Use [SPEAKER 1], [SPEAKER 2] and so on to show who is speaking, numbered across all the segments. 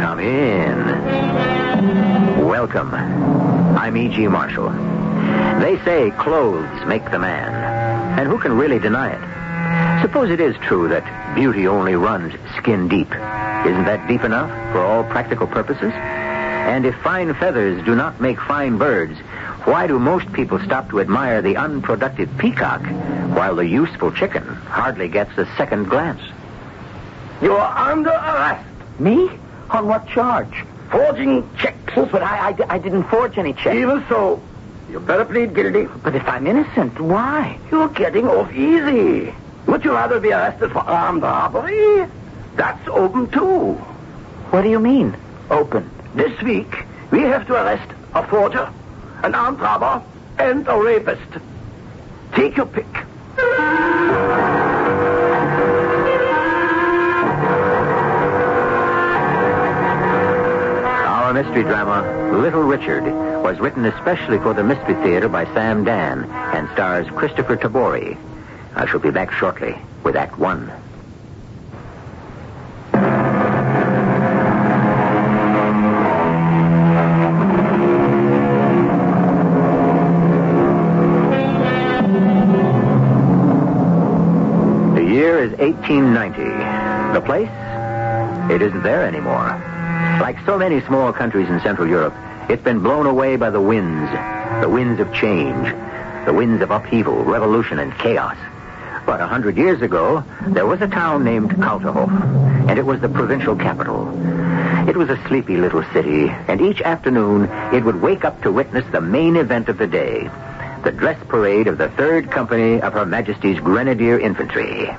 [SPEAKER 1] Come in. Welcome. I'm E.G. Marshall. They say clothes make the man, and who can really deny it? Suppose it is true that beauty only runs skin deep. Isn't that deep enough for all practical purposes? And if fine feathers do not make fine birds, why do most people stop to admire the unproductive peacock while the useful chicken hardly gets a second glance? You're under arrest. Me? On what charge? Forging checks. but I, I, I didn't forge any checks. Even so, you better plead guilty. But if I'm innocent, why? You're getting off easy. Would you rather be arrested for armed robbery? That's open too. What do you mean? Open. This week, we have to arrest a forger, an armed robber, and a rapist. Take your pick. Our mystery drama, Little Richard, was written especially for the Mystery Theater by Sam Dan and stars Christopher Tabori. I shall be back shortly with Act One. The year is 1890. The place? It isn't there anymore. Like so many small countries in Central Europe, it's been blown away by the winds. The winds of change. The winds of upheaval, revolution, and chaos. But a hundred years ago, there was a town named Kalterhof, and it was the provincial capital. It was a sleepy little city, and each afternoon it would wake up to witness the main event of the day, the dress parade of the 3rd Company of Her Majesty's Grenadier Infantry.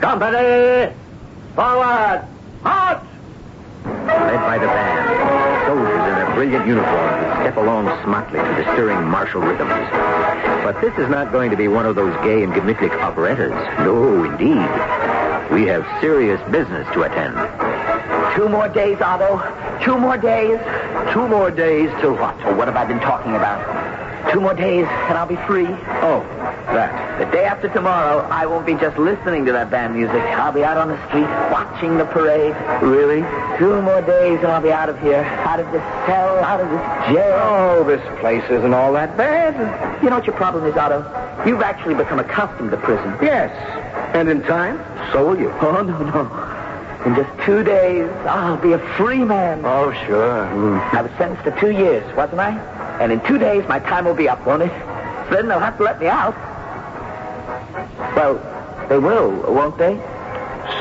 [SPEAKER 1] Company! Forward! March! Led by the band, soldiers in their brilliant uniforms would step along smartly to the stirring martial rhythms. But this is not going to be one of those gay and gemütlich operettas. No, indeed. We have serious business to attend. Two more days, Otto. Two more days. Two more days till what? Or what have I been talking about? Two more days, and I'll be free. Oh, that. The day after tomorrow, I won't be just listening to that band music. I'll be out on the street watching the parade. Really? Two more days, and I'll be out of here. Out of this cell, out of this jail. Oh, this place isn't all that bad. You know what your problem is, Otto? You've actually become accustomed to prison. Yes. And in time, so will you. Oh, no, no. In just two days, I'll be a free man. Oh, sure. I was sentenced to two years, wasn't I? And in two days, my time will be up, won't it? Then they'll have to let me out. Well, they will, won't they?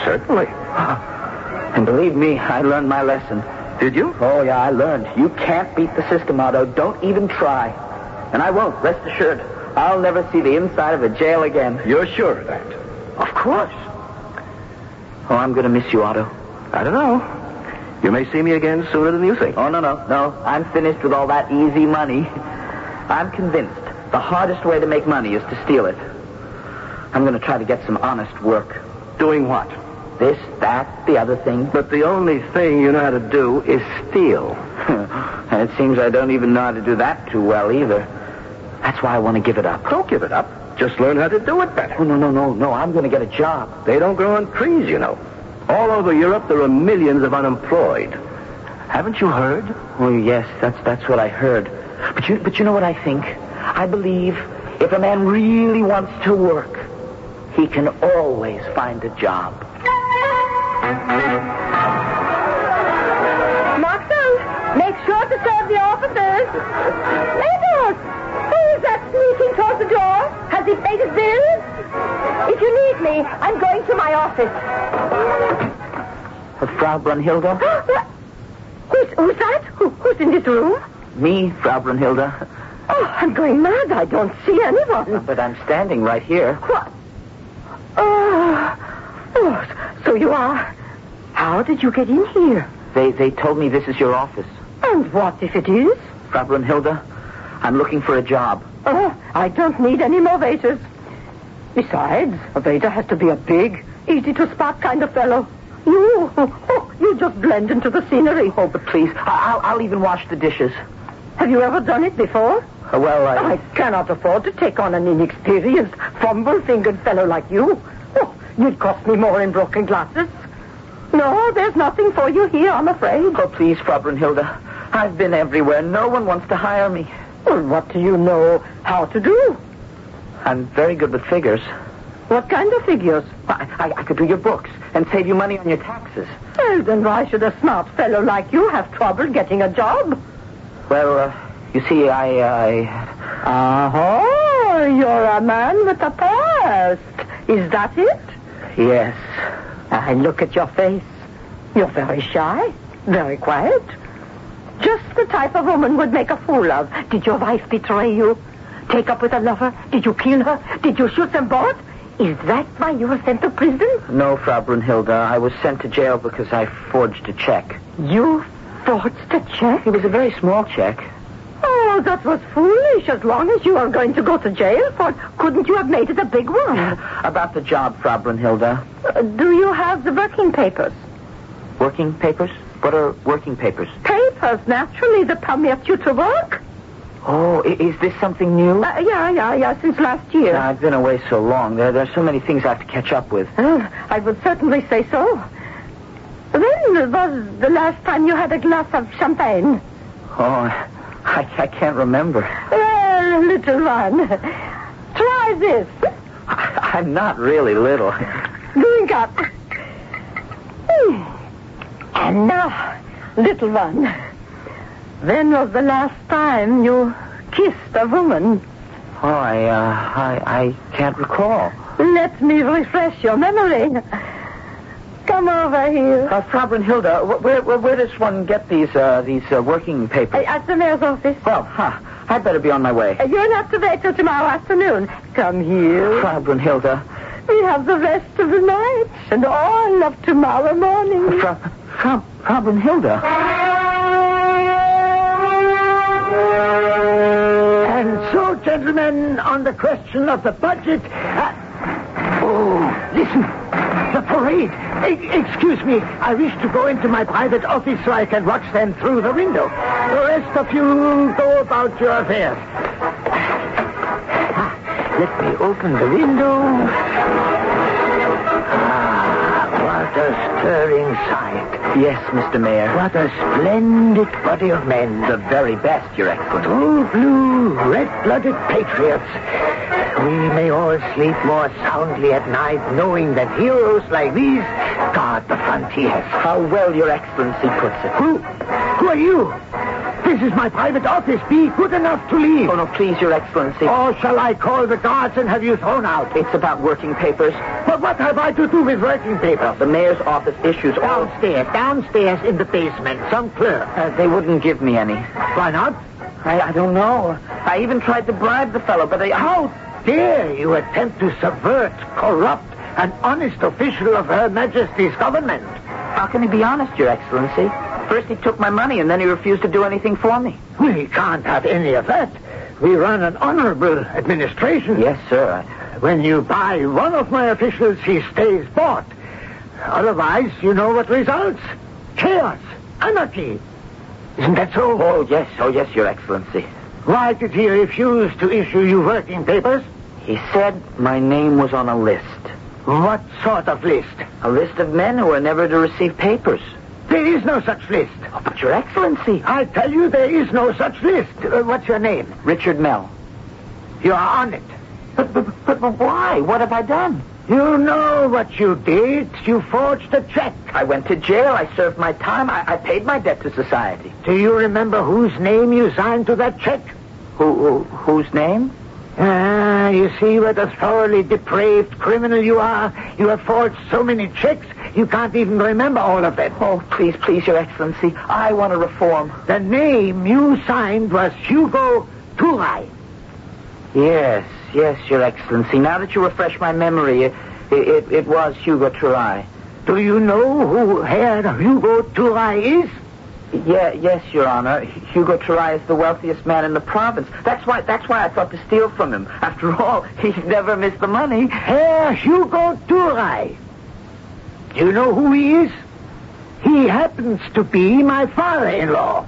[SPEAKER 1] Certainly. And believe me, I learned my lesson. Did you? Oh, yeah, I learned. You can't beat the system, Otto. Don't even try. And I won't, rest assured. I'll never see the inside of a jail again. You're sure of that? Of course. Oh, I'm going to miss you, Otto. I don't know. You may see me again sooner than you think. Oh, no, no, no. I'm finished with all that easy money. I'm convinced the hardest way to make money is to steal it. I'm going to try to get some honest work. Doing what? This, that, the other thing. But the only thing you know how to do is steal. and it seems I don't even know how to do that too well either. That's why I want to give it up. Don't give it up. Just learn how to do it better. Oh, no, no, no, no. I'm going to get a job. They don't grow on trees, you know. All over Europe, there are millions of unemployed. Haven't you heard? Oh, yes, that's, that's what I heard. But you, but you know what I think? I believe if a man really wants to work, he can always find a job.
[SPEAKER 2] Marcel, make sure to serve the officers. Labels! Who is that sneaking towards the door? Has he paid his bills? If you need me, I'm going to my office.
[SPEAKER 1] Uh, Frau Brunhilde?
[SPEAKER 2] who's, who's that? Who, who's in this room?
[SPEAKER 1] Me, Frau Brunhilde.
[SPEAKER 2] Oh, I'm going mad. I don't see anyone.
[SPEAKER 1] But I'm standing right here.
[SPEAKER 2] What? Oh, oh, so you are. How did you get in here?
[SPEAKER 1] They, they told me this is your office.
[SPEAKER 2] And what if it is?
[SPEAKER 1] Frau Brunhilde, I'm looking for a job.
[SPEAKER 2] Oh, I don't need any more waiters. Besides, a waiter has to be a big, easy to spot kind of fellow. You, oh, you just blend into the scenery.
[SPEAKER 1] Oh, but please, I- I'll, I'll even wash the dishes.
[SPEAKER 2] Have you ever done it before?
[SPEAKER 1] Uh, well, I...
[SPEAKER 2] I cannot afford to take on an inexperienced, fumble-fingered fellow like you. Oh, you'd cost me more in broken glasses. No, there's nothing for you here, I'm afraid.
[SPEAKER 1] Oh, please, Frobrin Hilda. I've been everywhere. No one wants to hire me.
[SPEAKER 2] Well, what do you know how to do?
[SPEAKER 1] I'm very good with figures.
[SPEAKER 2] What kind of figures?
[SPEAKER 1] I, I, I could do your books and save you money on your taxes.
[SPEAKER 2] Well, then why should a smart fellow like you have trouble getting a job?
[SPEAKER 1] Well, uh, you see, I, I...
[SPEAKER 2] Oh, you're a man with a past. Is that it?
[SPEAKER 1] Yes.
[SPEAKER 2] I look at your face. You're very shy, very quiet. Just the type a woman would make a fool of. Did your wife betray you? Take up with a lover? Did you kill her? Did you shoot them both? Is that why you were sent to prison?
[SPEAKER 1] No, Frau Brunhilde. I was sent to jail because I forged a check.
[SPEAKER 2] You forged a check?
[SPEAKER 1] It was a very small check.
[SPEAKER 2] Oh, that was foolish. As long as you are going to go to jail for it, couldn't you have made it a big one?
[SPEAKER 1] About the job, Frau Brunhilde.
[SPEAKER 2] Uh, do you have the working papers?
[SPEAKER 1] Working papers? What are working papers?
[SPEAKER 2] Papers, naturally, that permit you to work.
[SPEAKER 1] Oh, i- is this something new?
[SPEAKER 2] Uh, yeah, yeah, yeah, since last year.
[SPEAKER 1] Now, I've been away so long. There, there are so many things I have to catch up with.
[SPEAKER 2] Oh, I would certainly say so. When was the last time you had a glass of champagne?
[SPEAKER 1] Oh, I, I can't remember.
[SPEAKER 2] Well, little one, try this.
[SPEAKER 1] I, I'm not really little. Oh,
[SPEAKER 2] Drink up. Hmm. And now, little one, when was the last time you kissed a woman?
[SPEAKER 1] Oh, I, uh, I, I can't recall.
[SPEAKER 2] Let me refresh your memory. Come over here.
[SPEAKER 1] Uh, Frau Brunhilde, wh- where, where, where does one get these, uh, these uh, working papers?
[SPEAKER 2] At the mayor's office.
[SPEAKER 1] Well, huh. I better be on my way.
[SPEAKER 2] Uh, You'll have to wait till tomorrow afternoon. Come here.
[SPEAKER 1] Frau Brunhilde.
[SPEAKER 2] We have the rest of the night and all of tomorrow morning.
[SPEAKER 1] Frau, Frau, Frau Brunhilde.
[SPEAKER 3] And so, gentlemen, on the question of the budget. Uh, oh, listen. The parade. E- excuse me. I wish to go into my private office so I can watch them through the window. The rest of you go about your affairs. Ah, Let me open the window. Ah, what a stirring sight.
[SPEAKER 1] Yes, Mr. Mayor.
[SPEAKER 3] What a splendid body of men.
[SPEAKER 1] The very best, Your Excellency.
[SPEAKER 3] True blue, red-blooded patriots. We may all sleep more soundly at night knowing that heroes like these guard the frontiers.
[SPEAKER 1] How well Your Excellency puts it.
[SPEAKER 3] Who? Who are you? This is my private office. Be good enough to leave.
[SPEAKER 1] Oh, no, please, Your Excellency.
[SPEAKER 3] Or shall I call the guards and have you thrown out?
[SPEAKER 1] It's about working papers.
[SPEAKER 3] But what have I to do with working papers?
[SPEAKER 1] The mayor's office issues all...
[SPEAKER 3] Downstairs, downstairs in the basement, some clerk.
[SPEAKER 1] Uh, they wouldn't give me any.
[SPEAKER 3] Why not?
[SPEAKER 1] I, I don't know. I even tried to bribe the fellow, but I...
[SPEAKER 3] How dare you attempt to subvert, corrupt, an honest official of Her Majesty's government?
[SPEAKER 1] How can he be honest, Your Excellency? First he took my money, and then he refused to do anything for me.
[SPEAKER 3] We can't have any of that. We run an honorable administration.
[SPEAKER 1] Yes, sir.
[SPEAKER 3] When you buy one of my officials, he stays bought. Otherwise, you know what results chaos, anarchy. Isn't that so?
[SPEAKER 1] Oh, yes. Oh, yes, Your Excellency.
[SPEAKER 3] Why did he refuse to issue you working papers?
[SPEAKER 1] He said my name was on a list.
[SPEAKER 3] What sort of list?
[SPEAKER 1] A list of men who are never to receive papers.
[SPEAKER 3] There is no such list.
[SPEAKER 1] Oh, but Your Excellency...
[SPEAKER 3] I tell you, there is no such list. Uh, what's your name?
[SPEAKER 1] Richard Mell.
[SPEAKER 3] You are on it.
[SPEAKER 1] But, but, but, but why? What have I done?
[SPEAKER 3] You know what you did. You forged a check.
[SPEAKER 1] I went to jail. I served my time. I, I paid my debt to society.
[SPEAKER 3] Do you remember whose name you signed to that check?
[SPEAKER 1] Who, who whose name?
[SPEAKER 3] Ah, you see what a thoroughly depraved criminal you are. You have forged so many checks, you can't even remember all of them.
[SPEAKER 1] Oh, please, please, Your Excellency. I want to reform.
[SPEAKER 3] The name you signed was Hugo Turai.
[SPEAKER 1] Yes, yes, Your Excellency. Now that you refresh my memory, it, it, it was Hugo Turai.
[SPEAKER 3] Do you know who Herr Hugo Turai is?
[SPEAKER 4] Yeah, yes, Your Honor. H- Hugo Turai is the wealthiest man in the province. That's why. That's why I thought to steal from him. After all, he never missed the money.
[SPEAKER 3] Herr Hugo Turai. Do you know who he is? He happens to be my father-in-law.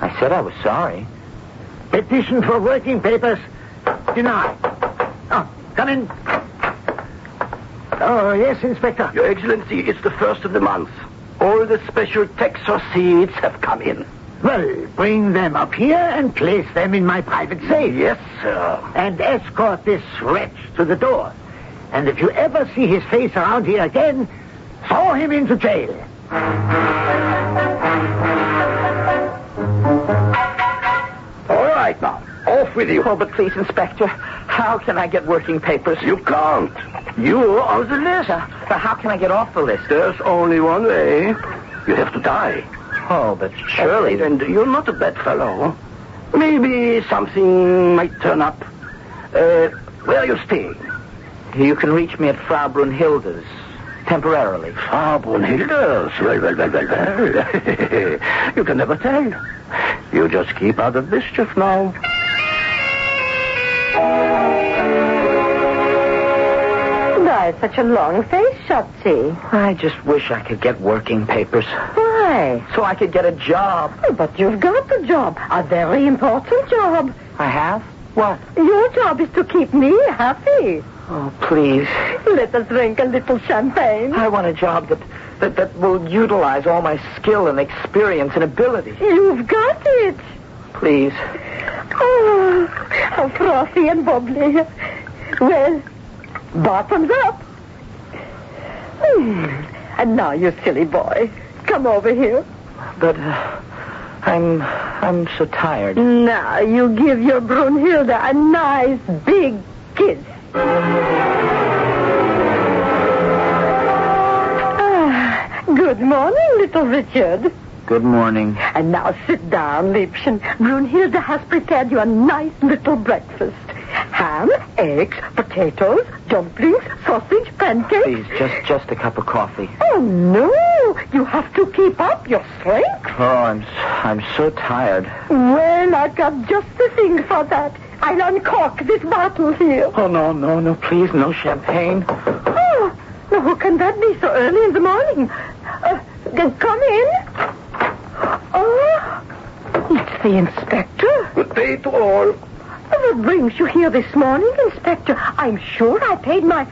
[SPEAKER 1] I said I was sorry.
[SPEAKER 3] Petition for working papers denied. Oh, come in. Oh, yes, Inspector.
[SPEAKER 1] Your Excellency, it's the first of the month. All the special tax receipts have come in.
[SPEAKER 3] Well, bring them up here and place them in my private safe.
[SPEAKER 1] Yes, sir.
[SPEAKER 3] And escort this wretch to the door. And if you ever see his face around here again, throw him into jail.
[SPEAKER 1] All right, now. Off with you.
[SPEAKER 4] Oh, but please, Inspector, how can I get working papers? Uh,
[SPEAKER 1] You can't. You are the list.
[SPEAKER 4] But how can I get off the list?
[SPEAKER 1] There's only one way. You have to die.
[SPEAKER 4] Oh, but
[SPEAKER 1] Surely. And you're not a bad fellow. Maybe something might turn up. Uh, where are you staying?
[SPEAKER 4] you can reach me at Frau Brunhilde's temporarily.
[SPEAKER 1] Ah, Brunhilde's. Well, well, well, well, well. you can never tell. You just keep out of mischief now.
[SPEAKER 2] Why such a long face, Shotzi?
[SPEAKER 4] I just wish I could get working papers
[SPEAKER 2] Why?
[SPEAKER 4] so I could get a job.
[SPEAKER 2] Oh, But you've got the job, a very important job.
[SPEAKER 4] I have. What?
[SPEAKER 2] Your job is to keep me happy.
[SPEAKER 4] Oh, please.
[SPEAKER 2] Let us drink a little champagne.
[SPEAKER 4] I want a job that, that, that will utilize all my skill and experience and ability.
[SPEAKER 2] You've got it.
[SPEAKER 4] Please.
[SPEAKER 2] Oh, how frothy and bubbly. Well, bottoms up. Hmm. And now, you silly boy, come over here.
[SPEAKER 4] But uh, I'm I'm so tired.
[SPEAKER 2] Now, you give your Brunhilde a nice big kiss. Ah, good morning, little Richard.
[SPEAKER 4] Good morning.
[SPEAKER 2] And now sit down, Liebchen. Brunhilde has prepared you a nice little breakfast. Ham, eggs, potatoes, dumplings, sausage, pancakes.
[SPEAKER 4] Please, just just a cup of coffee.
[SPEAKER 2] Oh, no. You have to keep up your strength.
[SPEAKER 4] Oh, I'm s- I'm so tired.
[SPEAKER 2] Well, I've got just the thing for that. I'll uncork this bottle here.
[SPEAKER 4] Oh no no no! Please no champagne.
[SPEAKER 2] Oh, now who can that be so early in the morning? Uh, then come in. Oh, it's the inspector.
[SPEAKER 1] Good day to all.
[SPEAKER 2] What brings you here this morning, Inspector? I'm sure I paid my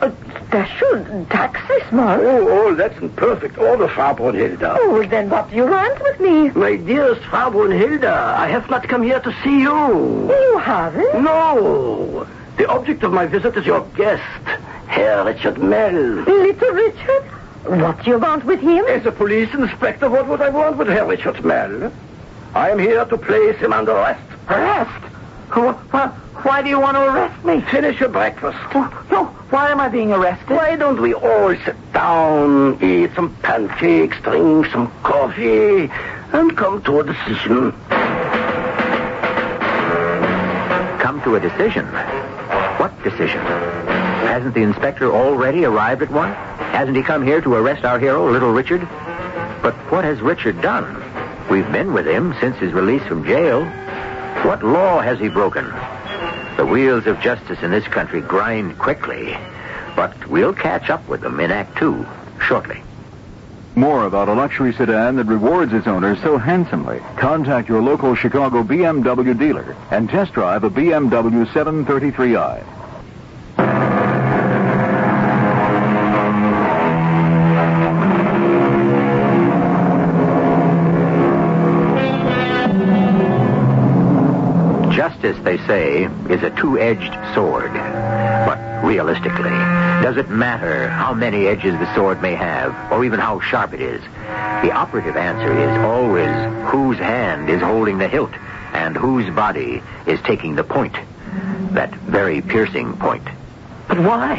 [SPEAKER 2] uh, special tax this month.
[SPEAKER 1] Oh, oh, that's in perfect order, Frau Brunhilde.
[SPEAKER 2] Oh, then what do you want with me?
[SPEAKER 1] My dearest Frau Brunhilde, I have not come here to see you.
[SPEAKER 2] You haven't?
[SPEAKER 1] No. The object of my visit is your guest, Herr Richard Mell.
[SPEAKER 2] Little Richard? What do you want with him?
[SPEAKER 1] As a police inspector, what would I want with Herr Richard Mell? I am here to place him under arrest.
[SPEAKER 4] Arrest? Wh- wh- Why do you want to arrest me?
[SPEAKER 1] Finish your breakfast.
[SPEAKER 4] No. Why am I being arrested?
[SPEAKER 1] Why don't we all sit down, eat some pancakes, drink some coffee, and come to a decision? Come to a decision? What decision? Hasn't the inspector already arrived at one? Hasn't he come here to arrest our hero, little Richard? But what has Richard done? We've been with him since his release from jail. What law has he broken? The wheels of justice in this country grind quickly, but we'll catch up with them in Act Two shortly.
[SPEAKER 5] More about a luxury sedan that rewards its owners so handsomely. Contact your local Chicago BMW dealer and test drive a BMW 733i.
[SPEAKER 1] Justice, they say, is a two-edged sword. But realistically, does it matter how many edges the sword may have, or even how sharp it is? The operative answer is always whose hand is holding the hilt and whose body is taking the point. That very piercing point.
[SPEAKER 4] But why?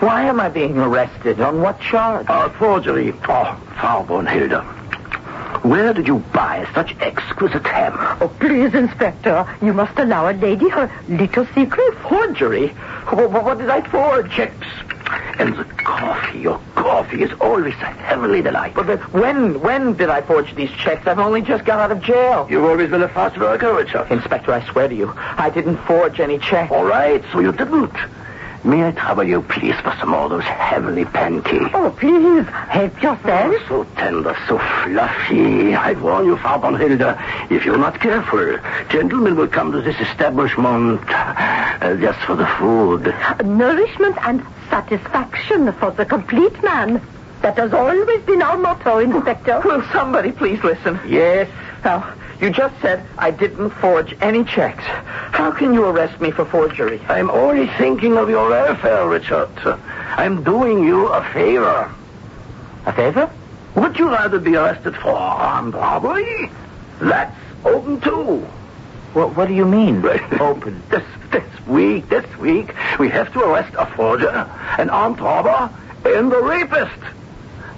[SPEAKER 4] Why am I being arrested? On what charge?
[SPEAKER 1] Uh, forgery. Oh, Frau Brunhilde. Where did you buy such exquisite ham?
[SPEAKER 2] Oh, please, Inspector, you must allow a lady her little secret.
[SPEAKER 4] Forgery? Wh- wh- What did I forge?
[SPEAKER 1] Checks And the coffee, your coffee is always so heavenly delight.
[SPEAKER 4] But then, when, when did I forge these checks? I've only just got out of jail.
[SPEAKER 1] You've always been a fast worker, Richard.
[SPEAKER 4] Inspector, I swear to you, I didn't forge any checks.
[SPEAKER 1] All right, so you didn't. May I trouble you, please, for some more of those heavenly pancakes?
[SPEAKER 2] Oh, please, help yourself.
[SPEAKER 1] So tender, so fluffy. I warn you, Frau von Hilda, if you're not careful, gentlemen will come to this establishment uh, just for the food.
[SPEAKER 2] Nourishment and satisfaction for the complete man. That has always been our motto, Inspector.
[SPEAKER 4] Will somebody please listen?
[SPEAKER 1] Yes.
[SPEAKER 4] Now, you just said I didn't forge any checks. How can you arrest me for forgery?
[SPEAKER 1] I'm only thinking of your welfare, Richard. I'm doing you a favor.
[SPEAKER 4] A favor?
[SPEAKER 1] Would you rather be arrested for armed robbery? That's open too.
[SPEAKER 4] What, what do you mean?
[SPEAKER 1] Open. This, this week, this week, we have to arrest a forger, an armed robber, and a rapist.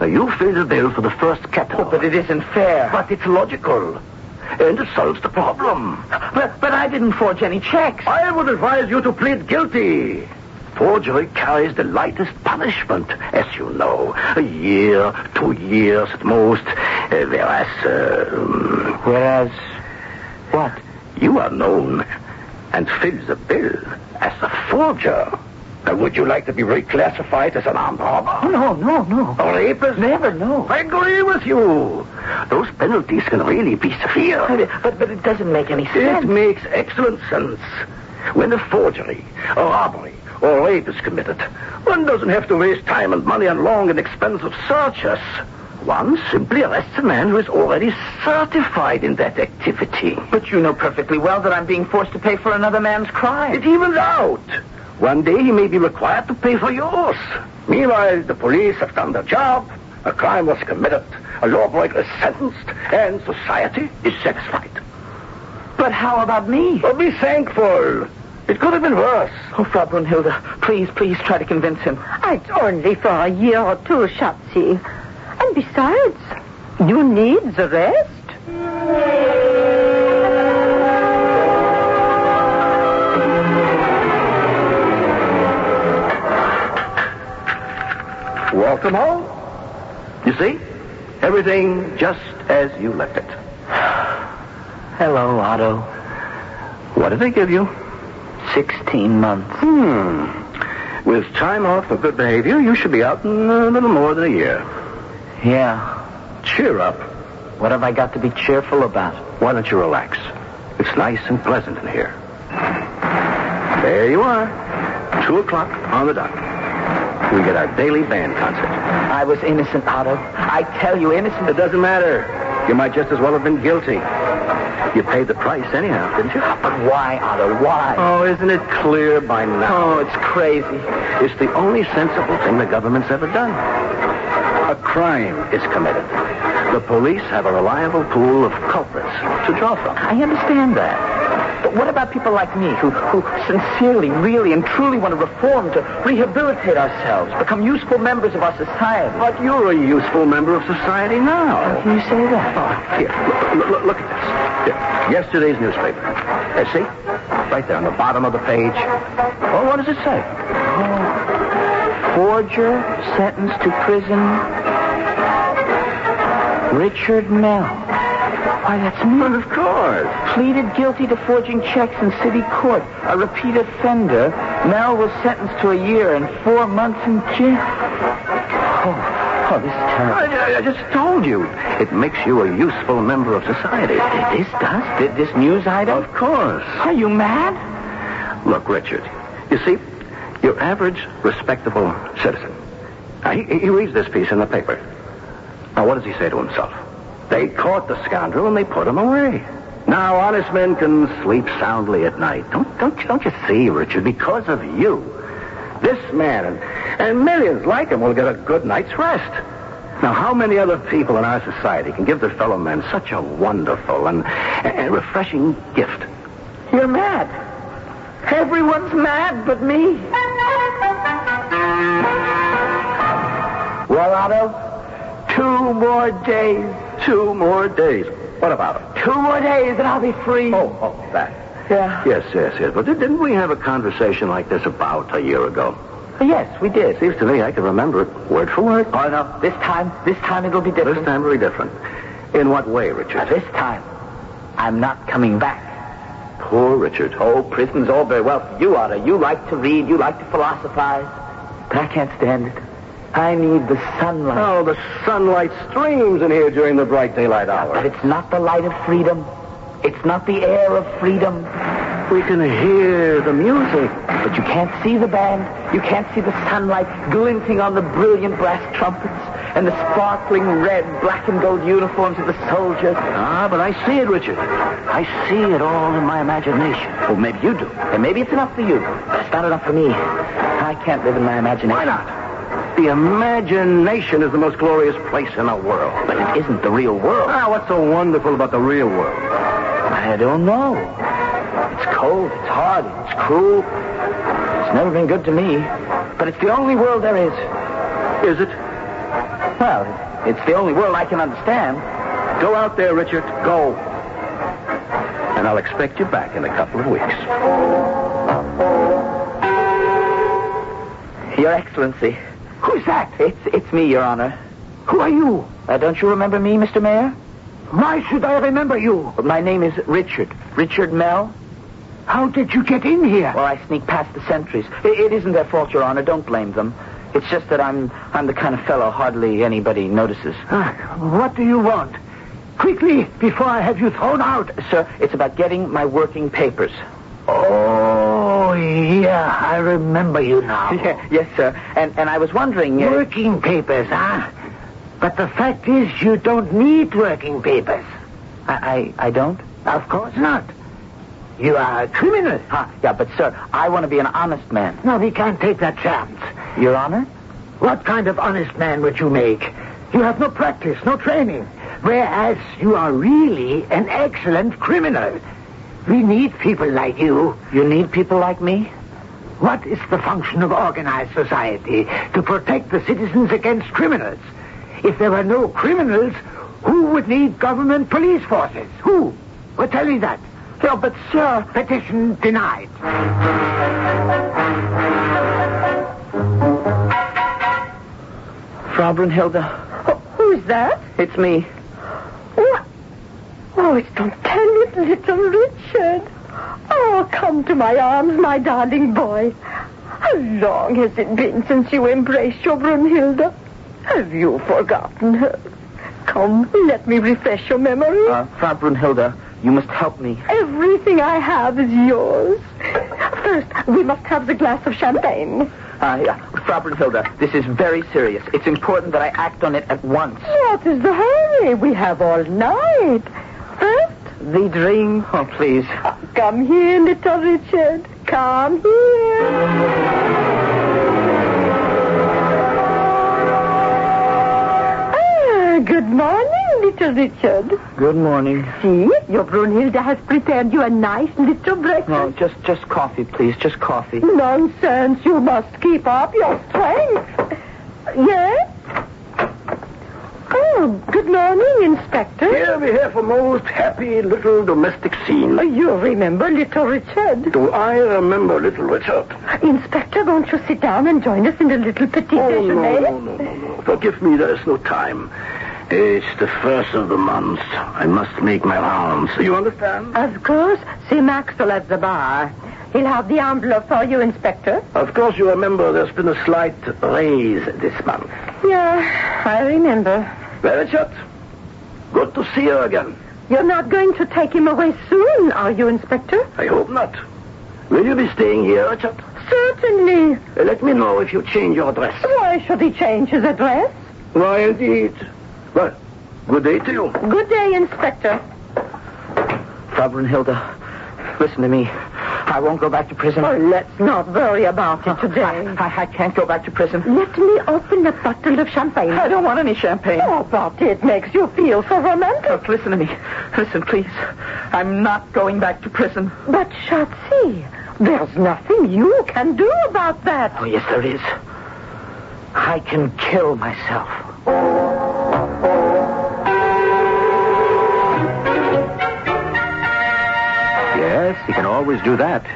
[SPEAKER 1] Now, you fill the bill for the first category.
[SPEAKER 4] Oh, But it isn't fair.
[SPEAKER 1] But it's logical. And it solves the problem.
[SPEAKER 4] but, but I didn't forge any checks.
[SPEAKER 1] I would advise you to plead guilty. Forgery carries the lightest punishment, as you know. A year, two years at most. Uh, whereas, uh, um,
[SPEAKER 4] Whereas, what?
[SPEAKER 1] you are known and fill the bill as a forger. Now, would you like to be reclassified as an armed robber?
[SPEAKER 4] Oh, No, no, no.
[SPEAKER 1] A rapist?
[SPEAKER 4] Never, no.
[SPEAKER 1] I agree with you. Those penalties can really be severe.
[SPEAKER 4] But, but it doesn't make any
[SPEAKER 1] It
[SPEAKER 4] sense.
[SPEAKER 1] makes excellent sense. When a forgery, a robbery, or rape is committed, one doesn't have to waste time and money on long and expensive searches. One simply arrests a man who is already certified in that activity.
[SPEAKER 4] But you know perfectly well that I'm being forced to pay for another man's crime.
[SPEAKER 1] It evens out. One day he may be required to pay for yours. Meanwhile, the police have done their job. A crime was committed. A lawbreaker is sentenced, and society is satisfied.
[SPEAKER 4] But how about me?
[SPEAKER 1] But Oh, be thankful. It could have been worse.
[SPEAKER 4] Oh, Frau Brunhilde, please, please try to convince him.
[SPEAKER 2] It's only for a year or two, Schatzi. And besides, you need the rest.
[SPEAKER 1] Welcome home. You see, everything just as you left it.
[SPEAKER 4] Hello, Otto.
[SPEAKER 1] What did they give you?
[SPEAKER 4] Sixteen months.
[SPEAKER 1] Hmm. With time off for good behavior, you should be out in a little more than a year.
[SPEAKER 4] Yeah.
[SPEAKER 1] Cheer up.
[SPEAKER 4] What have I got to be cheerful about?
[SPEAKER 1] Why don't you relax? It's nice and pleasant in here. There you are. Two o'clock on the dot. We get our daily band concert.
[SPEAKER 4] I was innocent, Otto. I tell you, innocent.
[SPEAKER 1] It doesn't matter. You might just as well have been guilty. You paid the price anyhow, didn't you?
[SPEAKER 4] But why, Otto? Why?
[SPEAKER 1] Oh, isn't it clear by now?
[SPEAKER 4] Oh, it's crazy.
[SPEAKER 1] It's the only sensible thing the government's ever done. A crime is committed. The police have a reliable pool of culprits to draw from.
[SPEAKER 4] I understand that. But what about people like me who, who sincerely, really, and truly want to reform, to rehabilitate ourselves, become useful members of our society?
[SPEAKER 1] But you're a useful member of society now. Oh,
[SPEAKER 4] Can you say that?
[SPEAKER 1] Here, look, look, look at this. Here, yesterday's newspaper. Uh, see? Right there on the bottom of the page. Well, what does it say?
[SPEAKER 4] Oh, Forger sentenced to prison. Richard Mell. Why, that's me.
[SPEAKER 1] Well, of course.
[SPEAKER 4] Pleaded guilty to forging checks in city court. A repeat offender. Mel was sentenced to a year and four months in jail. Oh, oh, this is terrible.
[SPEAKER 1] I, I- I just told you. It makes you a useful member of society.
[SPEAKER 4] This does? Th- This news item?
[SPEAKER 1] Of course.
[SPEAKER 4] Are you mad?
[SPEAKER 1] Look, Richard, you see, your average respectable citizen. Now, he, he reads this piece in the paper. Now, what does he say to himself? They caught the scoundrel and they put him away. Now, honest men can sleep soundly at night. Don't, don't, you- don't you see, Richard, because of you, this man and, and millions like him will get a good night's rest. Now, how many other people in our society can give their fellow men such a wonderful and, and refreshing gift?
[SPEAKER 4] You're mad. Everyone's mad but me. Well, Otto, two more days.
[SPEAKER 1] Two more days. What about him?
[SPEAKER 4] Two more days and I'll be free.
[SPEAKER 1] Oh, oh, that.
[SPEAKER 4] Yeah.
[SPEAKER 1] Yes, yes, yes. But didn't we have a conversation like this about a year ago? Uh, Yes, we did.
[SPEAKER 6] Seems to me I can remember it word for word.
[SPEAKER 1] Oh, no. This time, this time it'll be different.
[SPEAKER 6] This time will be different. In what way,
[SPEAKER 1] Now,
[SPEAKER 6] Richard?
[SPEAKER 1] this time, I'm not coming back.
[SPEAKER 6] Poor Richard.
[SPEAKER 1] Oh, prison's all very well for you, Otto. You like to read, you like to philosophize. But I can't stand it. I need the sunlight.
[SPEAKER 6] Oh, the sunlight streams in here during the bright daylight
[SPEAKER 1] But
[SPEAKER 6] hour.
[SPEAKER 1] it's not the light of freedom. It's not the air of freedom.
[SPEAKER 6] We can hear the music.
[SPEAKER 1] But you can't see the band. You can't see the sunlight glinting on the brilliant brass trumpets and the sparkling red, black, and gold uniforms of the soldiers.
[SPEAKER 6] Ah, but I see it, Richard. I see it all in my imagination. Well, maybe you do.
[SPEAKER 1] And maybe it's enough for you, but it's not enough for me. I can't live in my imagination.
[SPEAKER 6] Why not? The imagination is the most glorious place in the world.
[SPEAKER 1] But it isn't the real world.
[SPEAKER 6] Ah, what's so wonderful about the real world?
[SPEAKER 1] I don't know. It's cold, it's hard, it's cruel. It's never been good to me, but it's the only world there is.
[SPEAKER 6] Is it?
[SPEAKER 1] Well, it's the only world I can understand.
[SPEAKER 6] Go out there, Richard. Go. And I'll expect you back in a couple of weeks.
[SPEAKER 1] Your Excellency.
[SPEAKER 7] Who's that?
[SPEAKER 1] It's, it's me, Your Honor.
[SPEAKER 7] Who are you?
[SPEAKER 1] Uh, don't you remember me, Mr. Mayor?
[SPEAKER 7] Why should I remember you?
[SPEAKER 1] But my name is Richard. Richard Mell.
[SPEAKER 7] How did you get in here?
[SPEAKER 1] Well, I sneak past the sentries. I- it isn't their fault, Your Honor. Don't blame them. It's just that I'm I'm the kind of fellow hardly anybody notices.
[SPEAKER 7] Ah, what do you want? Quickly, before I have you thrown out.
[SPEAKER 1] Sir, it's about getting my working papers.
[SPEAKER 7] Oh, yeah, I remember you now.
[SPEAKER 1] yes, sir. And and I was wondering. uh,
[SPEAKER 7] Working papers, huh? But the fact is, you don't need working papers.
[SPEAKER 1] I, I I don't.
[SPEAKER 7] Of course not. You are a criminal.
[SPEAKER 1] Ah, yeah, but sir, I want to be an honest man.
[SPEAKER 7] No, we can't take that chance.
[SPEAKER 1] Your Honor.
[SPEAKER 7] What kind of honest man would you make? You have no practice, no training. Whereas you are really an excellent criminal. We need people like you.
[SPEAKER 1] You need people like me.
[SPEAKER 7] What is the function of organized society? To protect the citizens against criminals. If there were no criminals, who would need government police forces? Who? Well, tell me that. Yeah, but sir, petition denied.
[SPEAKER 1] Frau Brunhilde.
[SPEAKER 2] Who's that?
[SPEAKER 1] It's me.
[SPEAKER 2] What? Oh, it's don't tell it, little Richard. Oh, come to my arms, my darling boy. How long has it been since you embraced your Brunhilde? Have you forgotten her? Come, let me refresh your memory.
[SPEAKER 1] Uh, Frau Brunhilde, you must help me.
[SPEAKER 2] Everything I have is yours. First, we must have the glass of champagne.
[SPEAKER 1] Uh, yeah. Frau Brunhilde, this is very serious. It's important that I act on it at once.
[SPEAKER 2] What is the hurry? We have all night. First,
[SPEAKER 1] The dream? Oh, please.
[SPEAKER 2] come here, little Richard. Come here. Ah, Good morning, little Richard.
[SPEAKER 1] Good morning.
[SPEAKER 2] See, your Brunhilde has prepared you a nice little
[SPEAKER 1] No,
[SPEAKER 2] breakfast.
[SPEAKER 1] just just coffee, please. Just coffee.
[SPEAKER 2] Nonsense. You must keep up your strength. Yes? Oh, good morning, Inspector.
[SPEAKER 6] Here we have a most happy little domestic scene.
[SPEAKER 2] Oh, You remember little Richard.
[SPEAKER 6] Do I remember little Richard?
[SPEAKER 2] Inspector, won't you sit down and join us in a little petit
[SPEAKER 6] Oh, no,
[SPEAKER 2] déjeuner?
[SPEAKER 6] no, no, no, no. Forgive me, there is no time. It's the first of the month. I must make my rounds. You understand?
[SPEAKER 2] Of course, see Maxwell at the bar. He'll have the envelope for you, Inspector.
[SPEAKER 6] Of course, you remember there's been a slight raise this month.
[SPEAKER 2] Yeah, I remember.
[SPEAKER 6] Well, Richard, good to see you again.
[SPEAKER 2] You're not going to take him away soon, are you, Inspector?
[SPEAKER 6] I hope not. Will you be staying here, Richard?
[SPEAKER 2] Certainly.
[SPEAKER 6] Uh, Let me know if you change your dress.
[SPEAKER 2] Why should he change his address?
[SPEAKER 6] Why, indeed. Well, good day to you.
[SPEAKER 2] Good day, Inspector.
[SPEAKER 1] Frau Brunhilde, listen to me. I won't go back to prison. Oh,
[SPEAKER 2] Oh, let's not worry about it today.
[SPEAKER 1] I, I can't go back to prison.
[SPEAKER 2] Let me open a bottle of champagne.
[SPEAKER 1] I don't want any champagne.
[SPEAKER 2] Oh, but it makes you feel so romantic.
[SPEAKER 1] Look, listen to me. Listen, please. I'm not going back to prison.
[SPEAKER 2] But, Shotzi, there's nothing you can do about that.
[SPEAKER 1] Oh, yes, there is. I can kill myself.
[SPEAKER 6] Yes, he can always do that.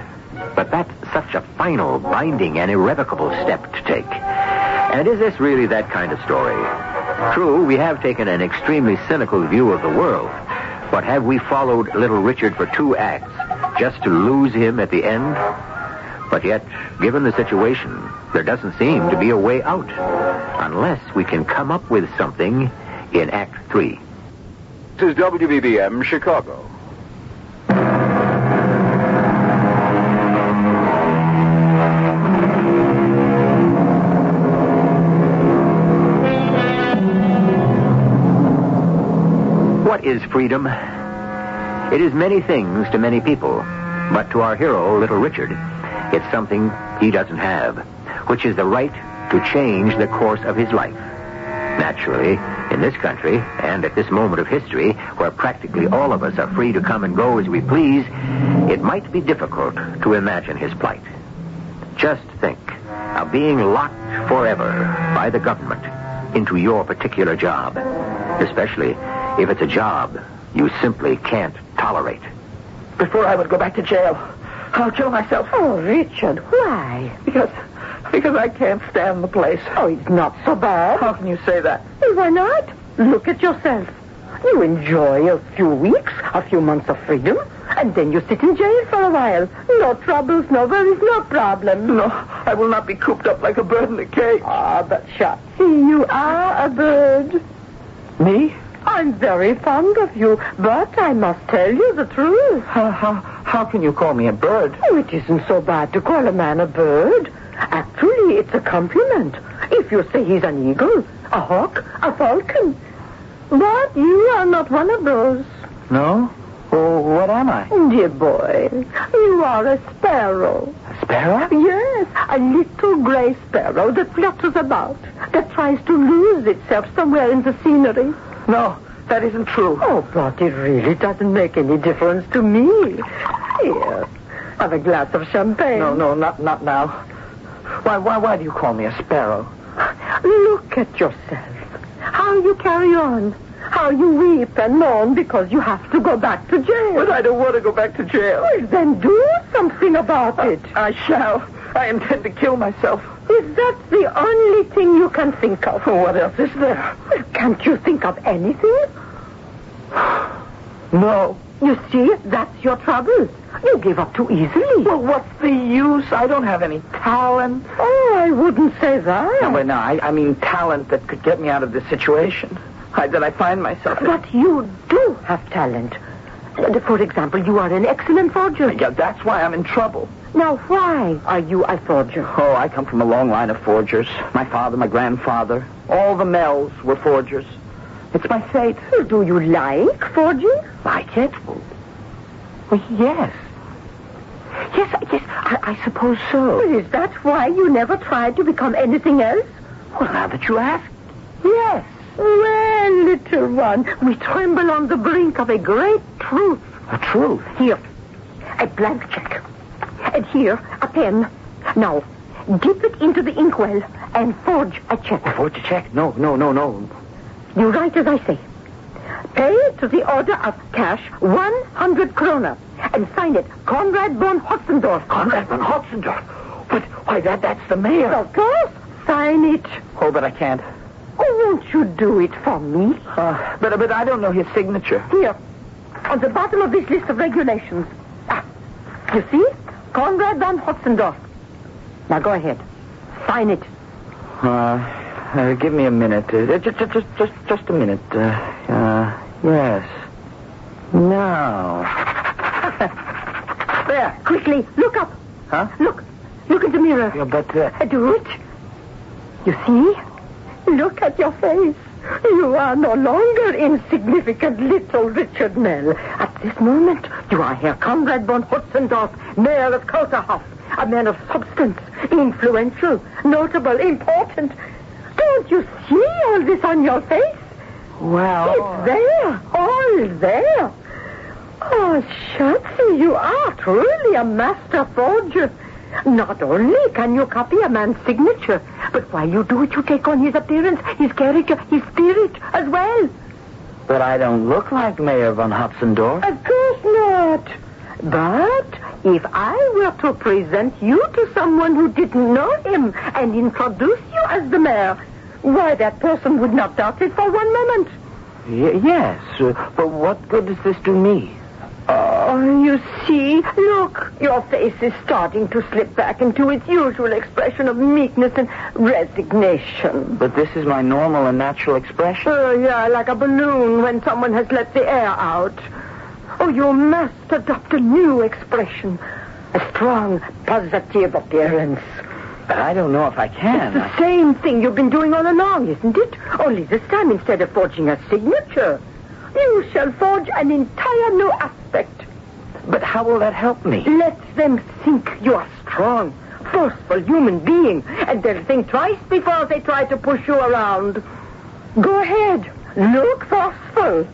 [SPEAKER 1] But that's such a final, binding, and irrevocable step to take. And is this really that kind of story? True, we have taken an extremely cynical view of the world, but have we followed little Richard for two acts just to lose him at the end? But yet, given the situation, there doesn't seem to be a way out unless we can come up with something in Act Three.
[SPEAKER 5] This is WBBM Chicago.
[SPEAKER 1] What is freedom? It is many things to many people, but to our hero, Little Richard, it's something he doesn't have, which is the right to change the course of his life. Naturally, in this country, and at this moment of history, where practically all of us are free to come and go as we please, it might be difficult to imagine his plight. Just think of being locked forever by the government into your particular job, especially if it's a job you simply can't tolerate.
[SPEAKER 4] Before I would go back to jail, I'll kill myself
[SPEAKER 2] Oh, Richard, why?
[SPEAKER 4] because because I can't stand the place.
[SPEAKER 2] Oh, it's not so bad.
[SPEAKER 4] How can you say that?
[SPEAKER 2] Why not? Look at yourself. You enjoy a few weeks, a few months of freedom, and then you sit in jail for a while. No troubles, no worries, no problems.
[SPEAKER 4] No, I will not be cooped up like a bird in a cage.
[SPEAKER 2] Ah, but Shotzi, you are a bird.
[SPEAKER 4] Me?
[SPEAKER 2] I'm very fond of you, but I must tell you the truth.
[SPEAKER 4] How, how, how can you call me a bird?
[SPEAKER 2] Oh, it isn't so bad to call a man a bird. Actually, it's a compliment. If you say he's an eagle, a hawk, a falcon. But you are not one of those.
[SPEAKER 4] No? Well, what am I?
[SPEAKER 2] Dear boy, you are a sparrow.
[SPEAKER 4] A sparrow?
[SPEAKER 2] Yes, a little gray sparrow that flutters about, that tries to lose itself somewhere in the scenery.
[SPEAKER 4] No, that isn't true.
[SPEAKER 2] Oh, but it really doesn't make any difference to me. Here, have a glass of champagne.
[SPEAKER 4] No, no, not not now. Why, why, why do you call me a sparrow?
[SPEAKER 2] Look at yourself. How you carry on. How you weep and mourn because you have to go back to jail.
[SPEAKER 4] But I don't want to go back to jail.
[SPEAKER 2] Well, then do something about it.
[SPEAKER 4] I shall. I intend to kill myself.
[SPEAKER 2] Is that the only thing you can think of?
[SPEAKER 4] Oh, What else is there?
[SPEAKER 2] Well, can't you think of anything?
[SPEAKER 4] No.
[SPEAKER 2] You see, that's your trouble. You give up too easily.
[SPEAKER 4] Well, what's the use? I don't have any talent.
[SPEAKER 2] oh, I wouldn't say that.
[SPEAKER 4] No, wait, no, I, I mean talent that could get me out of this situation I, that I find myself in.
[SPEAKER 2] But you do have talent. And, For example, you are an excellent forger.
[SPEAKER 4] Yeah, that's why I'm in trouble.
[SPEAKER 2] Now, why are you a forger?
[SPEAKER 4] Oh, I come from a long line of forgers. My father, my grandfather, all the Mells were forgers. It's my fate.
[SPEAKER 2] Well, Do you like forging?
[SPEAKER 4] Like it? Well, well, yes. Yes, I- yes, I, I suppose so.
[SPEAKER 2] Well, is that why you never tried to become anything else?
[SPEAKER 4] Well, now that you ask, yes.
[SPEAKER 2] Well, little one, we tremble on the brink of a great truth.
[SPEAKER 4] The truth.
[SPEAKER 2] Here, a blank check. And here, a pen. Now, dip it into the inkwell and forge a check.
[SPEAKER 4] Forge a Oh, check? No, no, no, no.
[SPEAKER 2] You write as I say. Pay to the order of cash 100 kroner and sign it Conrad von Hotzendorf.
[SPEAKER 4] Conrad von Hotzendorf. But, why, that, that's the mayor.
[SPEAKER 2] Of course, sign it.
[SPEAKER 4] Oh, but I can't.
[SPEAKER 2] Oh, won't you do it for me?
[SPEAKER 4] Uh, but, but I don't know his signature.
[SPEAKER 2] Here, on the bottom of this list of regulations. Ah, you see? Conrad von Hotzendorf. Now go ahead. Sign it.
[SPEAKER 4] Uh, uh, give me a minute. Uh, just, just, just, just a minute. Uh, uh, yes. No. there.
[SPEAKER 2] Quickly, look up.
[SPEAKER 4] Huh?
[SPEAKER 2] Look. Look in the mirror.
[SPEAKER 4] Yeah, but uh,
[SPEAKER 2] Uh, Do it. You see? Look at your face. You are no longer insignificant little Richard Nell. At this moment, you are Herr Conrad von Hutzendorf, Mayor of Koterhof, a man of substance, influential, notable, important. Don't you see all this on your face?
[SPEAKER 4] well,
[SPEAKER 2] It's there, all there. Oh, Shotzi, you are truly a master forger. Not only can you copy a man's signature, but while you do it, you take on his appearance, his character, his spirit as well.
[SPEAKER 4] but I don't look like Mayor von Hotzendorf.
[SPEAKER 2] Of course not. But If I were to present you to someone who didn't know him and introduce you as the mayor, why, that person would not doubt it for one moment.
[SPEAKER 1] Y- yes, uh, but what good does this do me?
[SPEAKER 2] Oh, you see, look, your face is starting to slip back into its usual expression of meekness and resignation.
[SPEAKER 1] But this is my normal and natural expression.
[SPEAKER 2] Oh, yeah, like a balloon when someone has let the air out. Oh, you must adopt a new expression, a strong, positive appearance.
[SPEAKER 1] But I don't know if I can.
[SPEAKER 2] It's the same thing you've been doing all along, isn't it? Only this time, instead of forging a signature, you shall forge an entire new aspect.
[SPEAKER 1] But how will that help me?
[SPEAKER 2] Let them think you are strong, forceful human being, and they'll think twice before they try to push you around. Go ahead. Look forceful.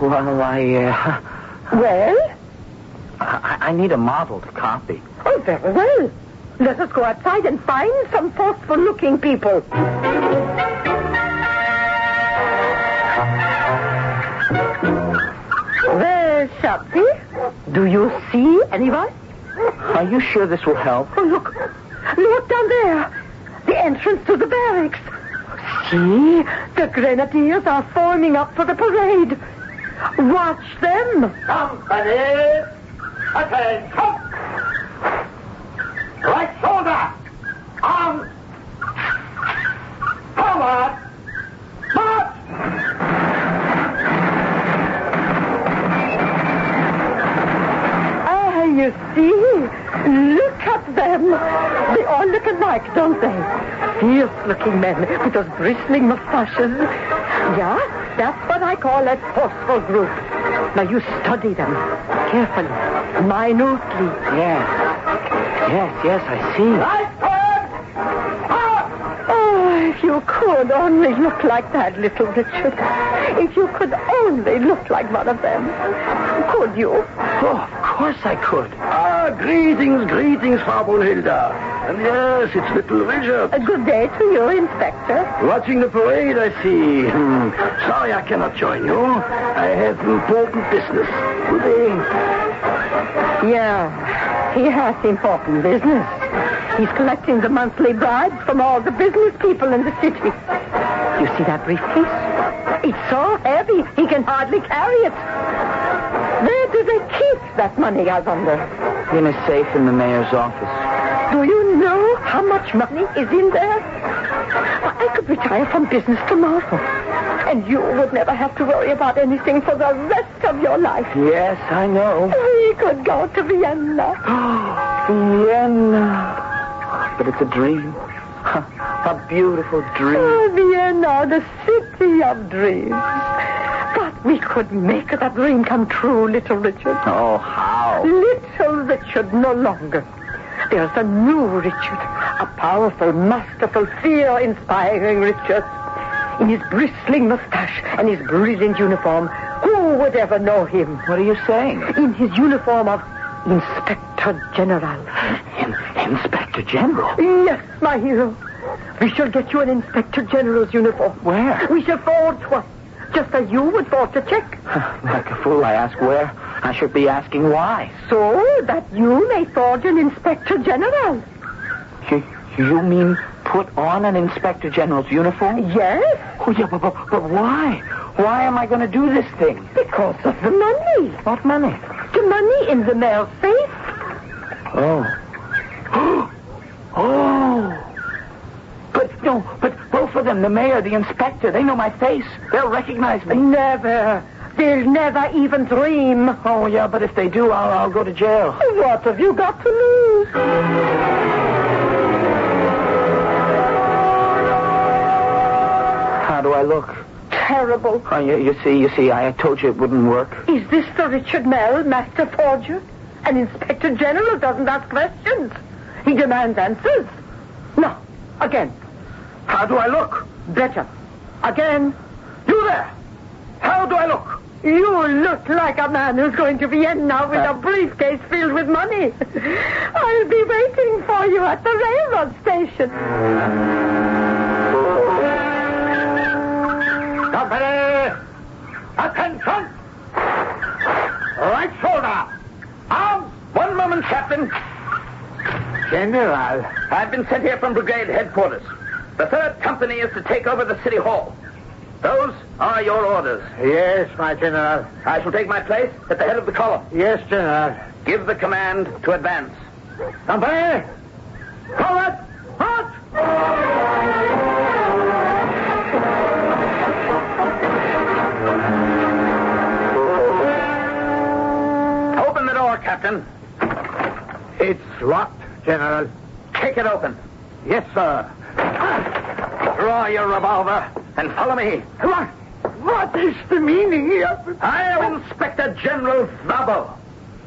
[SPEAKER 1] Well, I, uh,
[SPEAKER 2] Well?
[SPEAKER 1] I, I need a model to copy.
[SPEAKER 2] Oh, very well. Let us go outside and find some forceful looking people. Well, Shopsy, do you see anyone?
[SPEAKER 1] Are you sure this will help?
[SPEAKER 2] Oh, look. Look down there. The entrance to the barracks. See? The grenadiers are forming up for the parade. Watch them.
[SPEAKER 3] Company! Attention! Right shoulder! Arms! Forward! March!
[SPEAKER 2] Ah, you see? Look at them. They all look alike, don't they? Fierce-looking men with those bristling mustaches. Yeah, that's what I call a forceful group. Now you study them carefully, minutely.
[SPEAKER 1] Yes. Yes, yes, I see.
[SPEAKER 3] Right turn! Up!
[SPEAKER 2] Oh, if you could only look like that, little Richard. If you could only look like one of them. Could you?
[SPEAKER 1] Oh, of course I could.
[SPEAKER 3] Ah, greetings, greetings, Fraulein And yes, it's little Richard.
[SPEAKER 2] A good day to you, Inspector.
[SPEAKER 3] Watching the parade, I see. Hmm. Sorry I cannot join you. I have important business. Good day.
[SPEAKER 2] Yeah, he has important business. He's collecting the monthly bribes from all the business people in the city. You see that briefcase? It's so heavy, he can hardly carry it. Where do they keep that money, I wonder?
[SPEAKER 1] In a safe in the mayor's office.
[SPEAKER 2] Do you know how much money is in there? Why, I could retire from business tomorrow. And you would never have to worry about anything for the rest of your life.
[SPEAKER 1] Yes, I know.
[SPEAKER 2] We could go to Vienna.
[SPEAKER 1] Vienna. But it's a dream. A beautiful dream.
[SPEAKER 2] Oh, Vienna, the city of dreams. But we could make that dream come true, little Richard.
[SPEAKER 1] Oh, how?
[SPEAKER 2] Little Richard no longer. There's a new Richard, a powerful, masterful, fear-inspiring Richard. In his bristling mustache and his brilliant uniform, who would ever know him?
[SPEAKER 1] What are you saying?
[SPEAKER 2] In his uniform of Inspector General.
[SPEAKER 1] In- Inspector General.
[SPEAKER 2] Yes, my hero. We shall get you an Inspector General's uniform.
[SPEAKER 1] Where?
[SPEAKER 2] We shall forge one, just as you would forge a check,
[SPEAKER 1] Like a fool, I ask where. I should be asking why.
[SPEAKER 2] so that you may forge an Inspector General.
[SPEAKER 1] You, you mean put on an Inspector General's uniform?
[SPEAKER 2] Yes,
[SPEAKER 1] Oh, yeah, but, but, but why? Why am I going to do this thing?
[SPEAKER 2] because of the money.
[SPEAKER 1] What money?
[SPEAKER 2] The money in the mayor's safe.
[SPEAKER 1] Oh. oh. But no, but both of them, the mayor, the inspector, they know my face. They'll recognize me.
[SPEAKER 2] Never. They'll never even dream.
[SPEAKER 1] Oh, yeah, but if they do, I'll, I'll go to jail.
[SPEAKER 2] What have you got to lose?
[SPEAKER 1] How do I look?
[SPEAKER 2] Terrible.
[SPEAKER 1] Oh, you, you see, you see, I told you it wouldn't work.
[SPEAKER 2] Is this the Richard Mell, master forger? An inspector general doesn't ask questions. He demands answers. Now, again.
[SPEAKER 3] How do I look?
[SPEAKER 2] Better. Again.
[SPEAKER 3] You there! How do I look?
[SPEAKER 2] You look like a man who's going to Vienna with a briefcase filled with money. I'll be waiting for you at the railroad station.
[SPEAKER 3] Company! Attention! Right shoulder! Arms! One
[SPEAKER 1] gentlemen, Captain.
[SPEAKER 2] General.
[SPEAKER 1] I've been sent here from brigade headquarters. The third company is to take over the city hall. Those are your orders.
[SPEAKER 2] Yes, my general.
[SPEAKER 1] I shall take my place at the head of the column.
[SPEAKER 2] Yes, general.
[SPEAKER 1] Give the command to advance.
[SPEAKER 2] Company, forward, halt!
[SPEAKER 1] Open the door, Captain.
[SPEAKER 2] It's locked, general.
[SPEAKER 1] Kick it open.
[SPEAKER 2] Yes, sir.
[SPEAKER 1] Draw your revolver and follow me.
[SPEAKER 2] What? What is the meaning here?
[SPEAKER 1] I am Inspector General Vabo.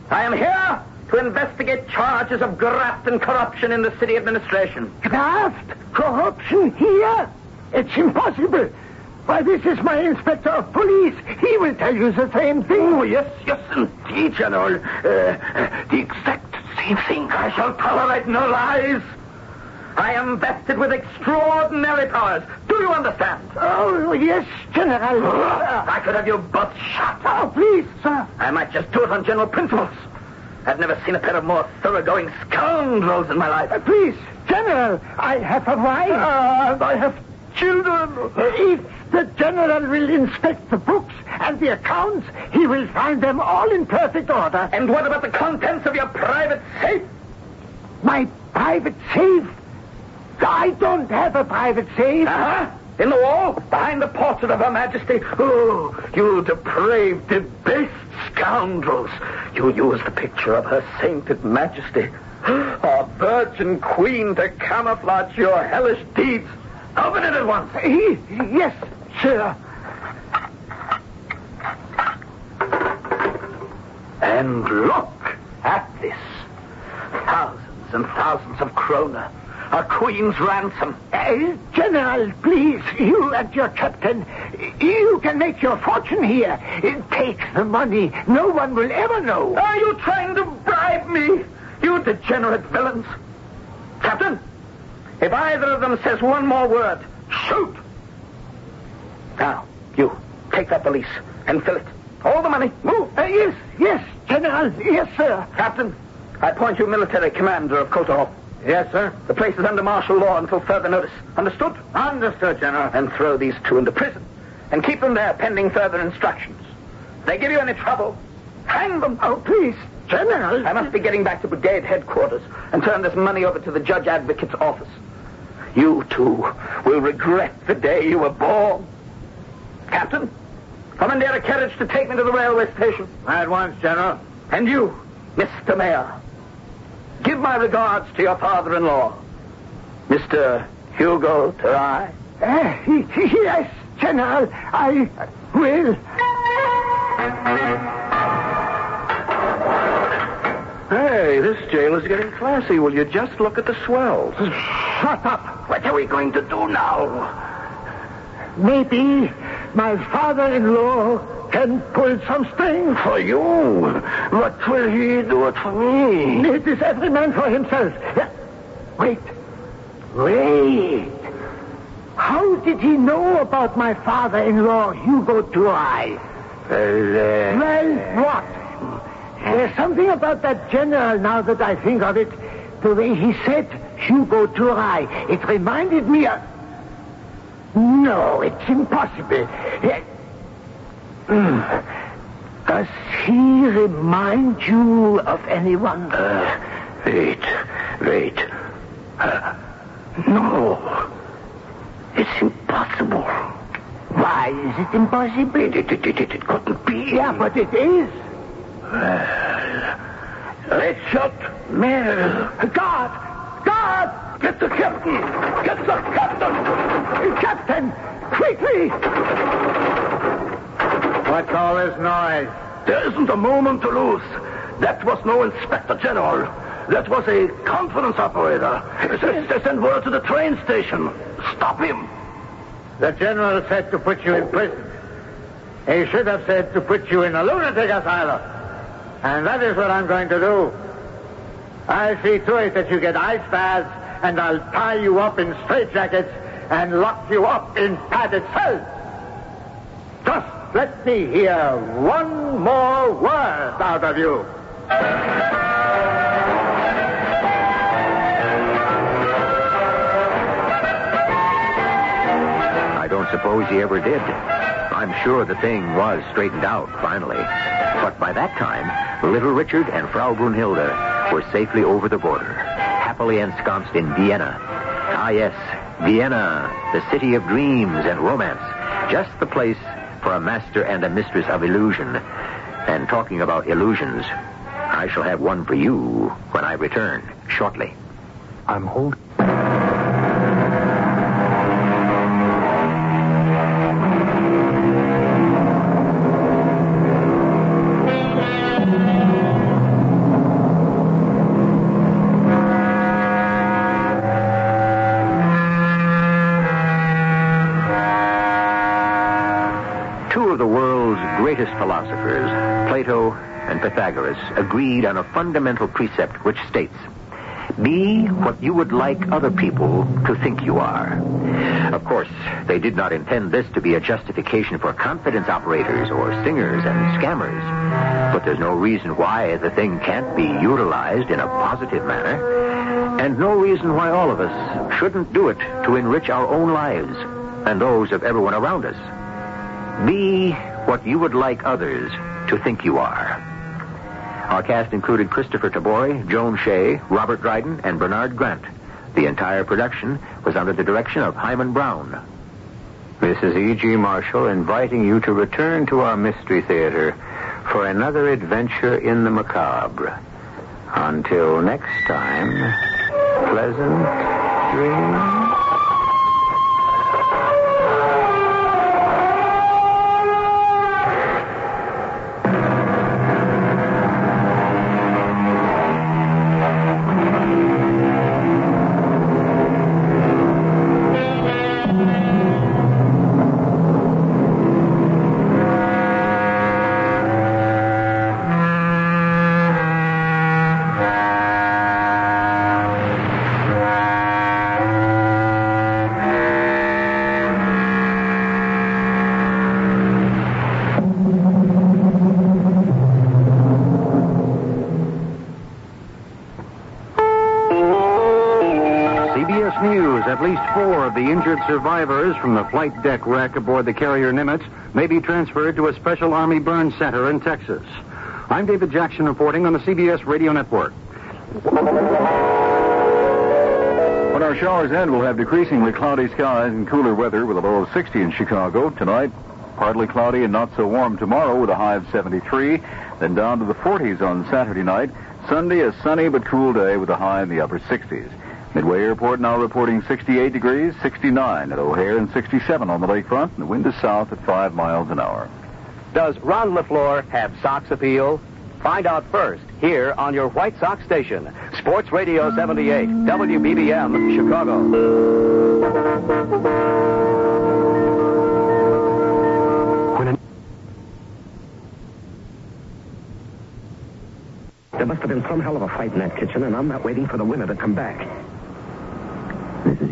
[SPEAKER 1] I am here to investigate charges of graft and corruption in the city administration.
[SPEAKER 2] Graft? Corruption here? It's impossible. Why, this is my inspector of police. He will tell you the same thing.
[SPEAKER 1] Oh, yes, yes, indeed, General. Uh, the exact same thing. I shall tolerate no lies. I am vested with extraordinary powers. Do you understand?
[SPEAKER 2] Oh, yes, general.
[SPEAKER 1] I could have you both shot.
[SPEAKER 2] Oh, please, sir.
[SPEAKER 1] I might just do it on general principles. I've never seen a pair of more thoroughgoing scoundrels in my
[SPEAKER 2] Uh,
[SPEAKER 1] life.
[SPEAKER 2] Please, general, I have a wife.
[SPEAKER 1] Uh,
[SPEAKER 2] Uh,
[SPEAKER 1] I have children.
[SPEAKER 2] If the general will inspect the books and the accounts, he will find them all in perfect order.
[SPEAKER 1] And what about the contents of your private safe?
[SPEAKER 2] My private safe? I don't have a private safe.
[SPEAKER 1] Uh-huh. In the wall, behind the portrait of Her Majesty. Oh, you depraved, debased scoundrels. You used the picture of her sainted majesty, our virgin queen, to camouflage your hellish deeds. Open it at once.
[SPEAKER 2] He- yes, sir.
[SPEAKER 1] And look at this. Thousands and thousands of krona. A queen's ransom.
[SPEAKER 2] Uh, general, please, you and your captain, you can make your fortune here. Take the money. No one will ever know.
[SPEAKER 1] Are you trying to bribe me? You degenerate villains. Captain, if either of them says one more word, shoot. Now, you, take that valise and fill it. All the money. Move.
[SPEAKER 2] Uh, yes, yes, general. Yes, sir.
[SPEAKER 1] Captain, I appoint you military commander of Kotohop. Yes, sir. The place is under martial law until further notice. Understood? Understood, General. And throw these two into prison. And keep them there pending further instructions. If they give you any trouble, hang them.
[SPEAKER 2] Oh, please, general.
[SPEAKER 1] I must be getting back to brigade headquarters and turn this money over to the judge advocate's office. You two will regret the day you were born. Captain, commandeer a carriage to take me to the railway station.
[SPEAKER 2] At once, general.
[SPEAKER 1] And you, Mr. Mayor, give my regards to your father-in-law, Mr. Hugo Terai.
[SPEAKER 2] Uh, yes, general. I will.
[SPEAKER 1] Hey, this jail is getting classy. Will you just look at the swells? Shut up. What are we going to do now?
[SPEAKER 2] Maybe my father-in-law can pull some strings.
[SPEAKER 1] For you. What will he do it for me?
[SPEAKER 2] It is every man for himself. Yeah. Wait. Wait. How did he know about my father-in-law, Hugo Durai?
[SPEAKER 1] Well, uh,
[SPEAKER 2] Well, what? There's something about that general now that I think of it. The way he said Hugo Durai, it reminded me of... No, it's impossible. Eh, mm. Does he remind you of anyone?
[SPEAKER 1] Uh, wait, wait. Uh, no. It's impossible.
[SPEAKER 2] Why is it impossible?
[SPEAKER 1] It, it, it, it, it couldn't be.
[SPEAKER 2] Yeah, but it is.
[SPEAKER 1] Let's shoot Mel.
[SPEAKER 2] God! God!
[SPEAKER 1] Get the captain! Get the captain!
[SPEAKER 2] Captain! Quickly! What's all this noise?
[SPEAKER 1] There isn't a moment to lose. That was no inspector general. That was a conference operator. They- They sent word to the train station. Stop him.
[SPEAKER 2] The general said to put you in prison. He should have said to put you in a lunatic asylum. And that is what I'm going to do. I'll see to it that you get ice baths, and I'll tie you up in straitjackets and lock you up in padded cells. Just let me hear one more word out of you.
[SPEAKER 1] suppose he ever did. I'm sure the thing was straightened out finally. But by that time, little Richard and Frau Brunhilde were safely over the border, happily ensconced in Vienna. Ah, yes, Vienna, the city of dreams and romance. Just the place for a master and a mistress of illusion. And talking about illusions, I shall have one for you when I return shortly.
[SPEAKER 4] I'm holding.
[SPEAKER 1] Two of the world's greatest philosophers, Plato and Pythagoras, agreed on a fundamental precept which states Be what you would like other people to think you are. Of course, they did not intend this to be a justification for confidence operators or singers and scammers, but there's no reason why the thing can't be utilized in a positive manner, and no reason why all of us shouldn't do it to enrich our own lives and those of everyone around us. Be what you would like others to think you are. Our cast included Christopher Tabori, Joan Shea, Robert Dryden, and Bernard Grant. The entire production was under the direction of Hyman Brown. Mrs. E.G. Marshall inviting you to return to our Mystery Theater for another adventure in the macabre. Until next time, pleasant dreams.
[SPEAKER 5] CBS News, at least four of the injured survivors from the flight deck wreck aboard the carrier Nimitz may be transferred to a special Army burn center in Texas. I'm David Jackson reporting on the CBS Radio Network. When our showers end, we'll have decreasingly cloudy skies and cooler weather with a low of 60 in Chicago tonight. Partly cloudy and not so warm tomorrow with a high of 73, then down to the 40s on Saturday night. Sunday, a sunny but cool day with a high in the upper 60s. Midway Airport now reporting 68 degrees, 69 at O'Hare, and 67 on the lakefront. And the wind is south at 5 miles an hour.
[SPEAKER 8] Does Ron LaFleur have Sox appeal? Find out first here on your White Sox station, Sports Radio 78, WBBM, Chicago.
[SPEAKER 9] There must have been some hell of a fight in that kitchen, and I'm not waiting for the winner to come back.
[SPEAKER 1] This is